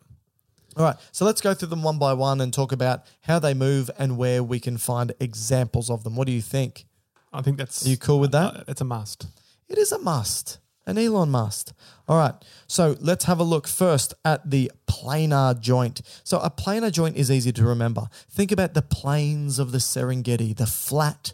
All right, so let's go through them one by one and talk about how they move and where we can find examples of them. What do you think? I think that's. Are you cool with that? Uh, it's a must. It is a must, an Elon must. All right, so let's have a look first at the planar joint. So, a planar joint is easy to remember. Think about the plains of the Serengeti, the flat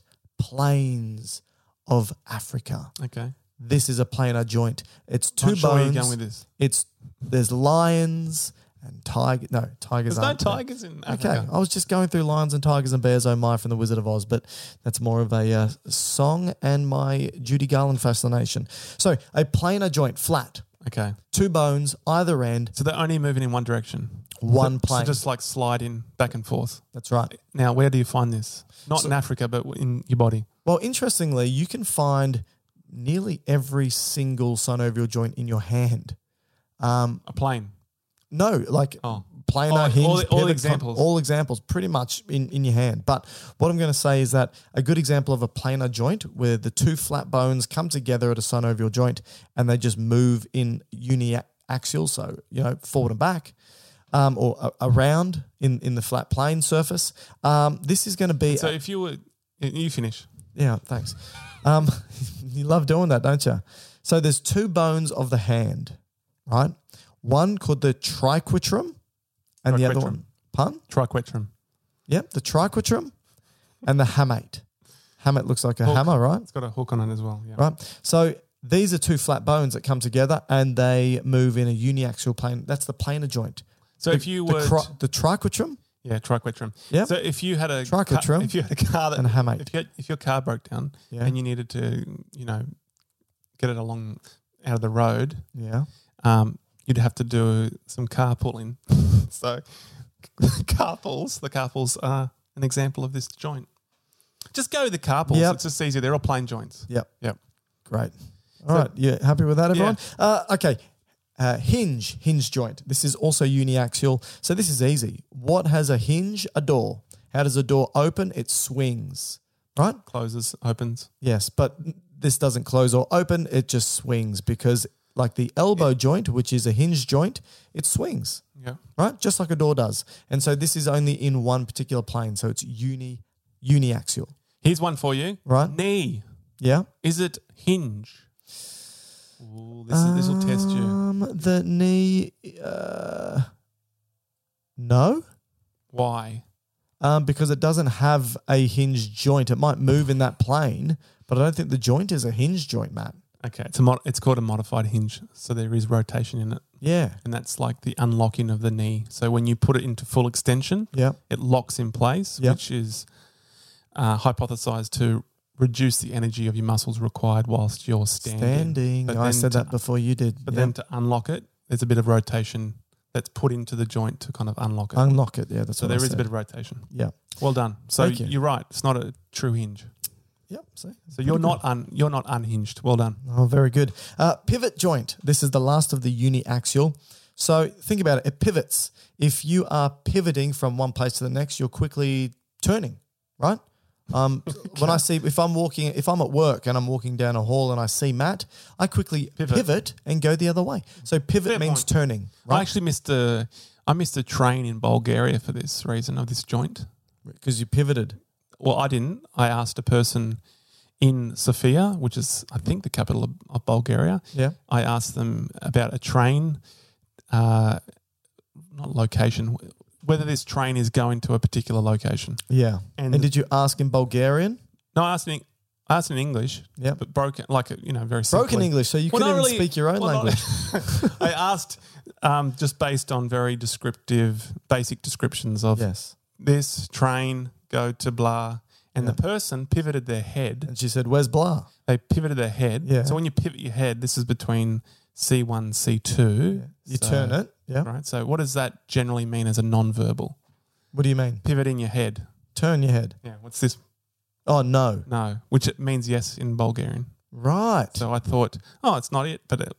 plains of Africa. Okay. This is a planar joint. It's 2 Not bones. sure where you're going with this. It's there's lions and tiger. No, tigers. There's no aren't there. tigers in Okay, Africa. I was just going through lions and tigers and bears. Oh my, from the Wizard of Oz, but that's more of a uh, song and my Judy Garland fascination. So a planar joint, flat, Okay. two bones either end, So they're only moving in one direction. one So plane. just like sliding back and forth. that's right. Now, where do you find this? Not in Africa, but in your body. Well, interestingly, you can find nearly every single synovial joint in your hand. A plane. No, like Oh. planar, Oh, hinge, all- all pivot, con- examples. all examples, pretty much in, in your hand. But what I'm going to say is that a good example of a planar joint where the two flat bones come together at a synovial joint and they just move in uniaxial, so you know forward and back, um, or a- around in in the flat plane surface. Um, this is going to be So if you were. You finish. yeah, thanks. Um, *laughs* you love doing that, don't you? So there's two bones of the hand, right? One called the triquetrum, and the other Triquetrum. one, pun. Triquetrum. Yep, the triquetrum, and the hamate. Hamate looks like a hammer, right? It's got a hook on it as well. Yeah. Right. So these are two flat bones that come together and they move in a uniaxial plane. That's the planar joint. So if you the, were. cri- the triquetrum. Yeah, triquetrum. Yep. So if you had a Triquetrum car, if you had a car that and a hamate. if, you had, if your car broke down Yeah. and you needed to, you know, get it along out of the road, Yeah. um, you'd have to do some carpooling. *laughs* so carpools, the carpools are an example of this joint. Just go with the carpools. Yep. It's just easier. They're all plane joints. Yep. Yep. Great. All right. Yeah. Happy with that, everyone? Uh, okay. Uh, hinge, hinge joint. This is also uniaxial. So this is easy. What has a hinge? A door. How does a door open? It swings, right? Closes, opens. Yes, but this doesn't close or open. It just swings because, like the elbow joint, which is a hinge joint, it swings, Yeah. right? Just like a door does. And so this is only in one particular plane. So it's uni, uniaxial, Here's one for you. Right. Knee. yeah? Is it hinge? Ooh, this, is, this will test you. Um, the knee, uh, no, Why? um, because it doesn't have a hinge joint. It might move in that plane, but I don't think the joint is a hinge joint, Matt. Okay, it's a mod- it's called a modified hinge, so there is rotation in it, Yeah, and that's like the unlocking of the knee. So when you put it into full extension, yeah, it locks in place, Yeah. which is uh, hypothesized to reduce the energy of your muscles required whilst you're standing. standing. But I then said to- that before you did. But yeah. then to unlock it, there's a bit of rotation that's put into the joint to kind of unlock it. unlock it. Yeah, that's so what there I is a said. bit of rotation. yeah, Well done. So Thank you. you. are right. It's not a true hinge. yep. See, So you're not un- you're not unhinged. Well done. Oh, very good. Uh, pivot joint. This is the last of the uniaxial. So think about it. It pivots. If you are pivoting from one place to the next, you're quickly turning, right? *laughs* Um, When I see, if I'm walking, if I'm at work and I'm walking down a hall and I see Matt, I quickly pivot, Pivot. and go the other way. So pivot Fair means point. turning, I right? actually missed a I missed a train in Bulgaria for this reason of this joint. Because you pivoted. Well, I didn't. I asked a person in Sofia, which is I think the capital of, of Bulgaria. Yeah. I asked them about a train, uh, not location, whether this train is going to a particular location. Yeah. And, And- did you ask in Bulgarian? No, I asked in I asked in English, Yeah. but broken like you know very Broken simply. English, so you Well, couldn't even not really- speak your own well, not- language. *laughs* I asked um, just based on very descriptive, basic descriptions of yes. this train go to blah, and the person pivoted their head. And she said, Where's blah? They pivoted their head. Yeah. So when you pivot your head, this is between C one, C two. You turn it. Yeah. Right. So what does that generally mean as a non-verbal? What do you mean? Pivoting your head. Turn your head. Yeah. What's this? Oh, no. No, which it means yes in Bulgarian. Right. So I thought, oh, it's not it, but it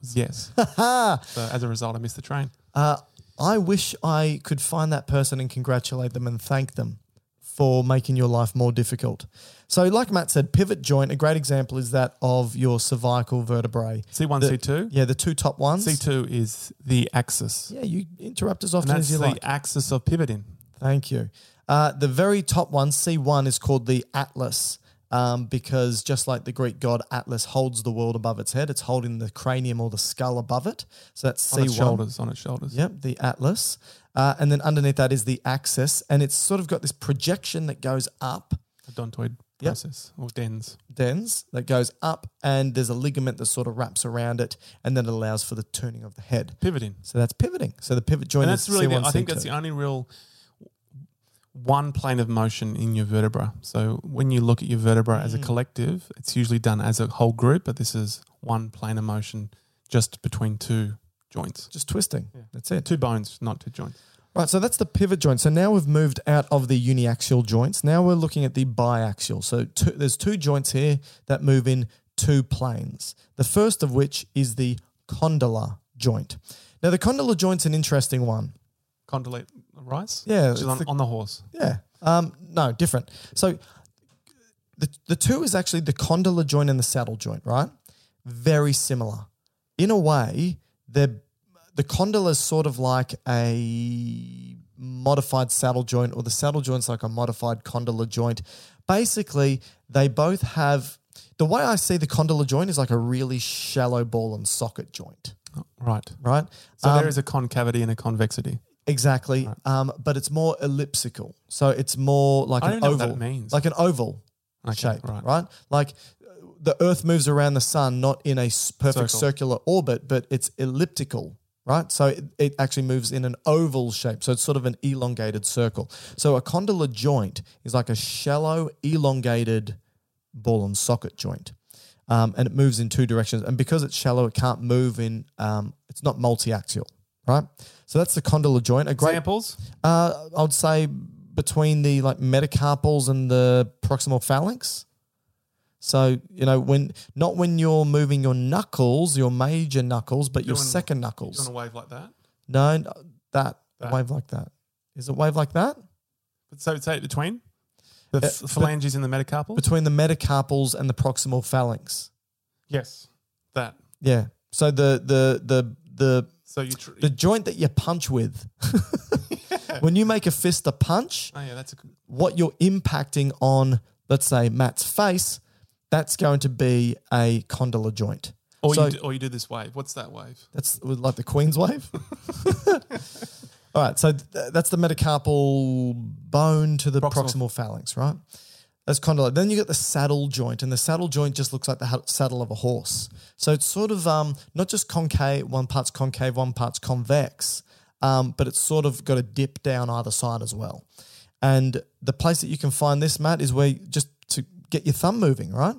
was yes. *laughs* Ha! so as a result, I missed the train. uh, I wish I could find that person and congratulate them and thank them for making your life more difficult. So, like Matt said, pivot joint, a great example is that of your cervical vertebrae. C one, The- C two. Yeah, the two top ones. C two is the axis. Yeah, you interrupt as And often that's as you the like. axis of pivoting. Thank you. Uh, the very top one, C1, is called the Atlas um, because just like the Greek god Atlas holds the world above its head, it's holding the cranium or the skull above it. So that's On C1. its shoulders, on its shoulders. Yep, the atlas. Uh, and then underneath that is the axis, and it's sort of got this projection that goes up, A dontoid Yep. process or dens. dens, that goes up, and there's a ligament that sort of wraps around it, and then allows for the turning of the head. Pivoting. So that's pivoting. So the pivot joint And that's is really the, C1, I think C2. that's the only real one plane of motion in your vertebra. So when you look at your vertebra Mm. as a collective, it's usually done as a whole group, but this is one plane of motion just between two joints. just twisting. That's it. Two bones, not two joints. Right, so that's the pivot joint. So now we've moved out of the uniaxial joints. Now we're looking at the biaxial. So two, there's two joints here that move in two planes. The first of which is the condylar joint. Now the condylar joint's an interesting one. Condylate rise? Yeah, Which is it's on, the- on the horse. Yeah. Um, no, different. So the, the two is actually the condylar joint and the saddle joint, right? Very similar. In a way, they're, the condylar is sort of like a modified saddle joint, or the saddle joint's like a modified condylar joint. Basically, they both have the way I see the condylar joint is like a really shallow ball and socket joint, Oh, Right. right? So Um, there is a concavity and a convexity. Exactly, um, but it's more elliptical, so it's more like I an don't know oval. what that means. Like an oval Okay, shape, right? right. Like uh, the Earth moves around the sun, not in a s- perfect Circle. circular orbit, but it's elliptical, right? So it, it actually moves in an oval shape, so it's sort of an elongated circle. So a condylar joint is like a shallow, elongated ball and socket joint. Um, and it moves in two directions. And because it's shallow, it can't move in, um, it's not multi-axial, right? So that's the condylar joint. A great Examples? uh, I'd say between the like metacarpals and the proximal phalanx. So you know when not when you're moving your knuckles, your major knuckles, but your Doing- second You want knuckles. to wave like that? No, n- that, That. wave like that. Is it wave like that But so say it between the Uh, f- but- phalanges and the metacarpal. between the metacarpals and the proximal phalanx? yes, that. Yeah. So the the the the So you. Tr- the joint that you punch with. *laughs* when you make a fist a punch, oh yeah, that's a. good- what you're impacting on, let's say Matt's face, that's going to be a condylar joint. Or So- you do, or you do this wave. What's that wave? That's like the Queen's wave. *laughs* All right, so th- that's the metacarpal bone to the proximal, Proximal. phalanx, right? That's condylar. Then you got the saddle joint, and the saddle joint just looks like the ha- saddle of a horse. So it's sort of um, not just concave, one part's concave, one part's convex, um, but it's sort of got a dip down either side as well. And the place that you can find this, Matt, is where you- just to get your thumb moving, right?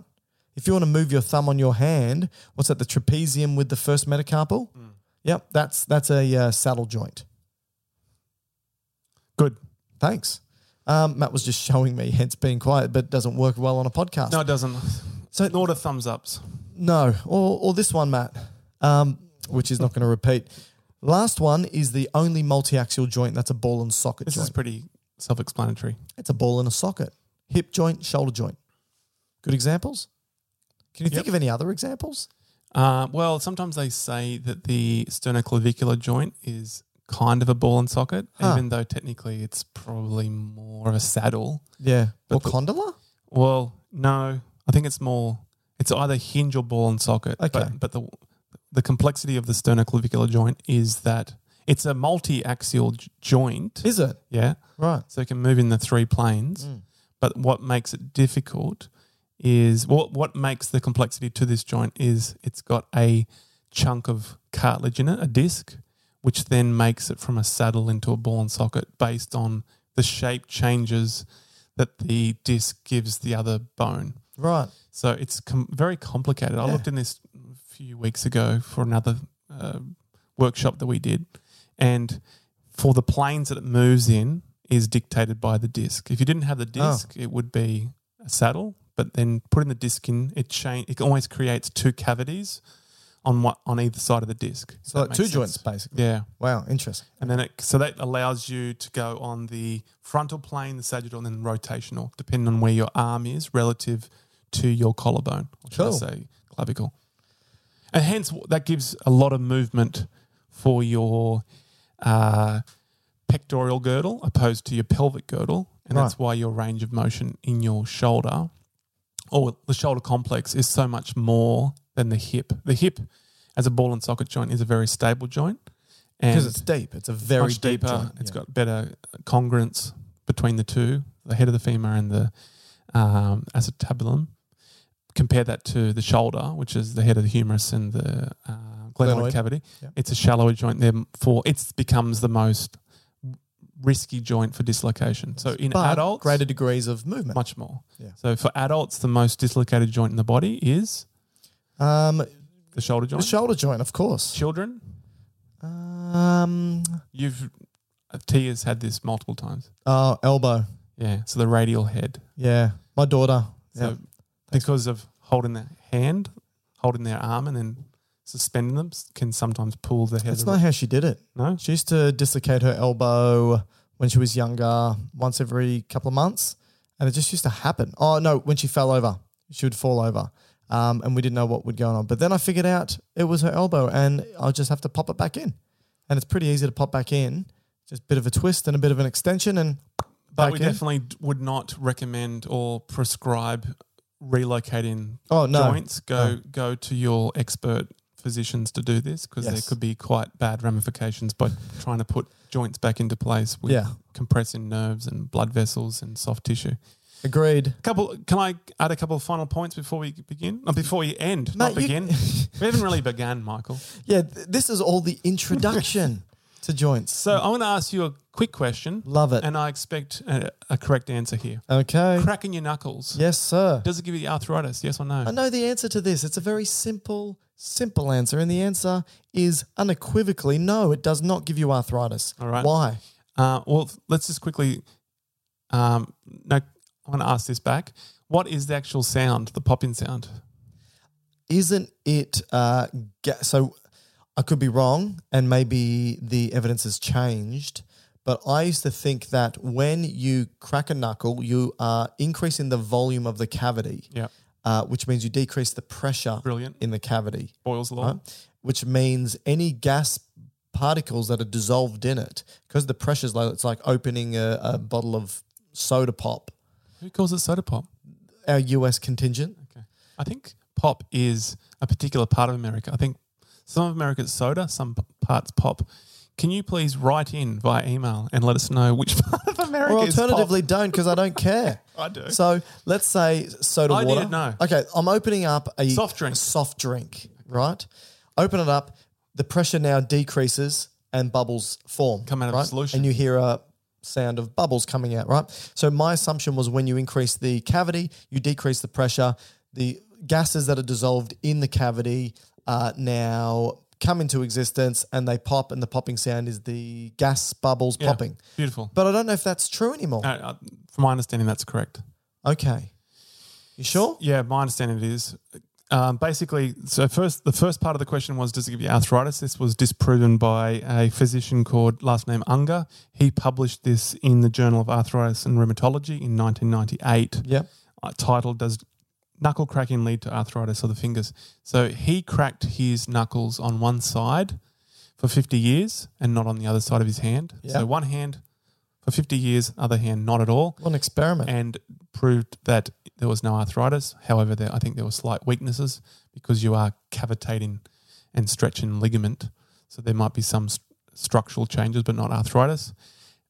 If you want to move your thumb on your hand, what's that? The trapezium with the first metacarpal. Mm. Yep, that's that's a uh, saddle joint. Good. Thanks. Um, Matt was just *laughs* showing me, hence being quiet, but it doesn't work well on a podcast. No, it doesn't. So- So nor do thumbs ups. No, or, or this one, Matt, um, which is not going to repeat. Last one is the only multiaxial joint. That's a ball and socket This joint. is pretty self-explanatory. it's a ball and a socket. Hip joint, shoulder joint. Good examples. Can you think of Yep. any other examples? Uh, well, sometimes they say that the sternoclavicular joint is kind of a ball and socket, Huh. even though technically it's probably more of a saddle. Yeah. Or But the- condylar? Well, no, I think it's more. It's either hinge or ball and socket. Okay. But, but the the complexity of the sternoclavicular joint is that it's a multi-axial j- joint. Is it? yeah. Right. So it can move in the three planes. But what makes it difficult is what what makes the complexity to this joint is it's got a chunk of cartilage in it, a disc, which then makes it from a saddle into a ball and socket based on the shape changes that the disc gives the other bone. Right. So it's com- very complicated. I looked in this a few weeks ago for another uh, workshop that we did, and for the planes that it moves in is dictated by the disc. If you didn't have the Oh. disc, it would be a saddle. But then putting the disc in, it change. It always creates two cavities on what on either side of the disc. if So that like makes two sense. joints, basically. Yeah. Wow, interesting. And then it, so that allows you to go on the frontal plane, the sagittal, and then rotational, depending on where your arm is relative to your collarbone, or should I Cool. say clavicle. And hence, w- that gives a lot of movement for your uh, pectoral girdle opposed to your pelvic girdle. And that's why your range of motion in your shoulder or the shoulder complex is so much more than the hip. The hip, as a ball and socket joint, is a very stable joint. and Because it's deep. It's a very much deep deeper. joint. It's got better congruence between the two, the head of the femur and the um, acetabulum. Compare that to the shoulder, which is the head of the humerus and the uh, glenoid Glenoid. cavity. Yeah. It's a shallower joint. Therefore, it becomes the most risky joint for dislocation. So in but adults, greater degrees of movement. much more. Yeah. So for adults, the most dislocated joint in the body is um, the shoulder the joint. shoulder joint, of course. Children, Um, you've Tia's had this multiple times. oh, elbow. Yeah. So the radial head. Yeah, my daughter. So Yeah. because of holding their hand, holding their arm, and then suspending them s- can sometimes pull the head. That's of not the- how she did it. no. She used to dislocate her elbow when she was younger, once every couple of months, and it just used to happen. Oh no, when she fell over, she would fall over, um, and we didn't know what would go on. But then I figured out it was her elbow, and I'll just have to pop it back in, and it's pretty easy to pop back in. Just a bit of a twist and a bit of an extension, and But back we in. definitely d- would not recommend or prescribe relocating Oh, no. joints. Go No. go to your expert physicians to do this because there Yes. could be quite bad ramifications by trying to put joints back into place with Yeah. compressing nerves and blood vessels and soft tissue. agreed. Couple, can I add a couple of final points before we begin? Uh, before we end, not Mate, you- *laughs* begin. we haven't really began, Michael. Yeah, th- this is all the *laughs* introduction to joints. So I want to ask you a quick question. Love it. And I expect a, a correct answer here. Okay. Cracking your knuckles. Yes, sir. Does it give you the arthritis? Yes or no? I know the answer to this. It's a very simple, simple answer. And the answer is unequivocally no, it does not give you arthritis. All right. Why? Uh, well, let's just quickly. Um, no, I want to ask this back. What is the actual sound, the popping sound? Isn't it? Uh, ga- so I could be wrong, and maybe the evidence has changed. But I used to think that when you crack a knuckle, you are increasing the volume of the cavity, Yeah. uh, which means you decrease the pressure Brilliant. in the cavity. Boils law. right? Which means any gas particles that are dissolved in it, because the pressure's low, it's like opening a, a bottle of soda pop. Who calls it soda pop? Our US contingent, Okay. I think pop is a particular part of America. I think some of America's soda, some p- parts pop. Can you please write in via email and let us know which *laughs* part of America or is pop? alternatively, don't because I don't care. I do. So let's say soda I water. didn't know. Okay, I'm opening up a Soft drink. Soft drink, right? Open it up. The pressure now decreases and bubbles form. Come out of the right? solution. and you hear a sound of bubbles coming out. Right. So my assumption was when you increase the cavity, you decrease the pressure. The gases that are dissolved in the cavity uh, now come into existence and they pop, and the popping sound is the gas bubbles Yeah. popping. Beautiful. But I don't know if that's true anymore. Uh, uh, from my understanding, that's correct. Okay. You sure? Yeah, my understanding it is. Um, basically, so first, the first part of the question was, does it give you arthritis? This was disproven by a physician called last name Unger. He published this in the Journal of Arthritis and Rheumatology in 1998. Yep. uh, titled "Does Knuckle Cracking Lead to Arthritis of the Fingers?" So he cracked his knuckles on one side for 50 years and not on the other side of his hand. Yeah. So one hand for 50 years, other hand not at all, What an experiment. and proved that there was no arthritis. However, there, I think there were slight weaknesses because you are cavitating and stretching ligament, so there might be some st- structural changes, but not arthritis.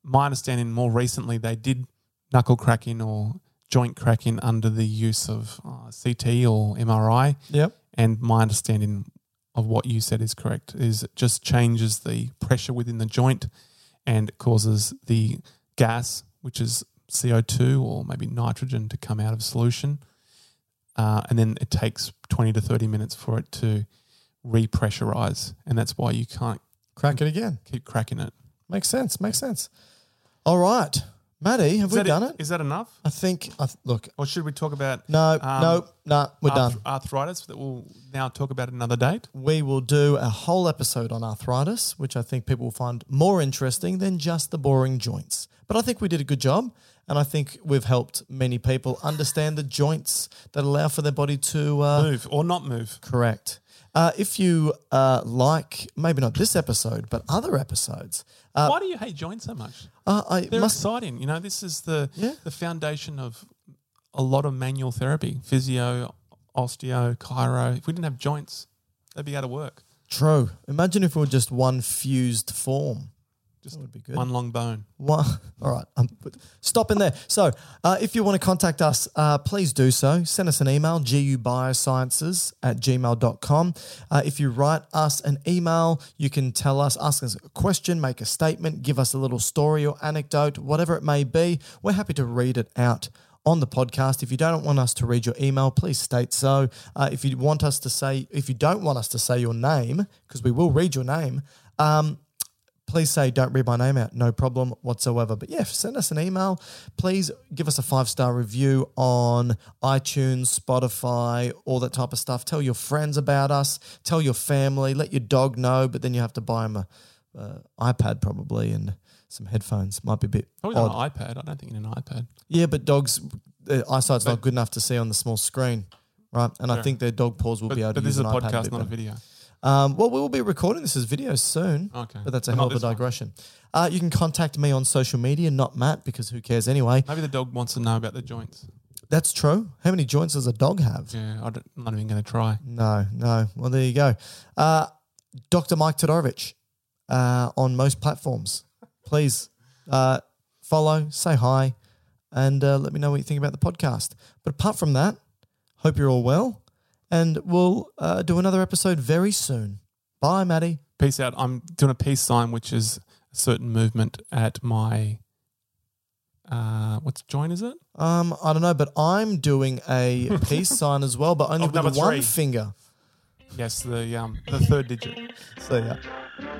My understanding, more recently, they did knuckle cracking or joint cracking under the use of uh, CT or MRI. yep. And my understanding of what you said is correct is it just changes the pressure within the joint and it causes the gas, which is CO2 or maybe nitrogen, to come out of solution. Uh, and then it takes 20 to 30 minutes for it to repressurize. And that's why you can't Crack it again. keep cracking it. Makes sense. Makes sense. All right. Maddie, have Is we that e- done it? Is that enough? I think, I th- look, Or should we talk about no, um, no, no, we're arth- done. arthritis that we'll now talk about another date? We will do a whole episode on arthritis, which I think people will find more interesting than just the boring joints. But I think we did a good job. And I think we've helped many people understand the joints that allow for their body to uh, Move or not move. Correct. Uh, if you uh, like, maybe not this episode, but other episodes, uh, Why do you hate joints so much? uh, I They're must. exciting. You know, this is the Yeah. the foundation of a lot of manual therapy, physio, osteo, chiro. If we didn't have joints, they'd be out of work. True. Imagine if we were just one fused form. Just would be good. One long bone. One, *laughs* all right, I'm stopping there. So, uh, if you want to contact us, uh, please do so. Send us an email, gubiosciences at gmail.com. Uh, if you write us an email, you can tell us, ask us a question, make a statement, give us a little story or anecdote, whatever it may be. We're happy to read it out on the podcast. If you don't want us to read your email, please state so. Uh, if you want us to say, if you don't want us to say your name, because we will read your name, um, please say don't read my name out no problem whatsoever but yeah send us an email please give us a five star review on itunes spotify all that type of stuff tell your friends about us tell your family let your dog know but then you have to buy him a uh, ipad probably and some headphones might be a bit Probably odd. on an iPad. I don't think in an iPad. yeah but dogs their eyesight's not good enough to see on the small screen right and i think their dog paws will But, be able to but this use is a an iPad podcast, bit not a better. video. Um, well, we will be recording this as video soon. Okay. But that's a But not hell of a this one. digression. Uh, you can contact me on social media, not Matt, because who cares anyway? Maybe the dog wants to know about the joints. That's true. How many joints does a dog have? Yeah, I don't, I'm not even going to try. No, no. Well, there you go. Uh, Dr. Mike Todorovich uh, on most platforms. Please uh, follow, say hi, and uh, let me know what you think about the podcast. But apart from that, hope you're all well, and we'll uh, do another episode very soon. Bye, Maddie. Peace out. I'm doing a peace sign, which is a certain movement at my. Uh, what's joint? Is it? Um, I don't know, but I'm doing *laughs* a peace sign as well, but only Of number with one three. finger. Yes, the um, the third digit. So yeah.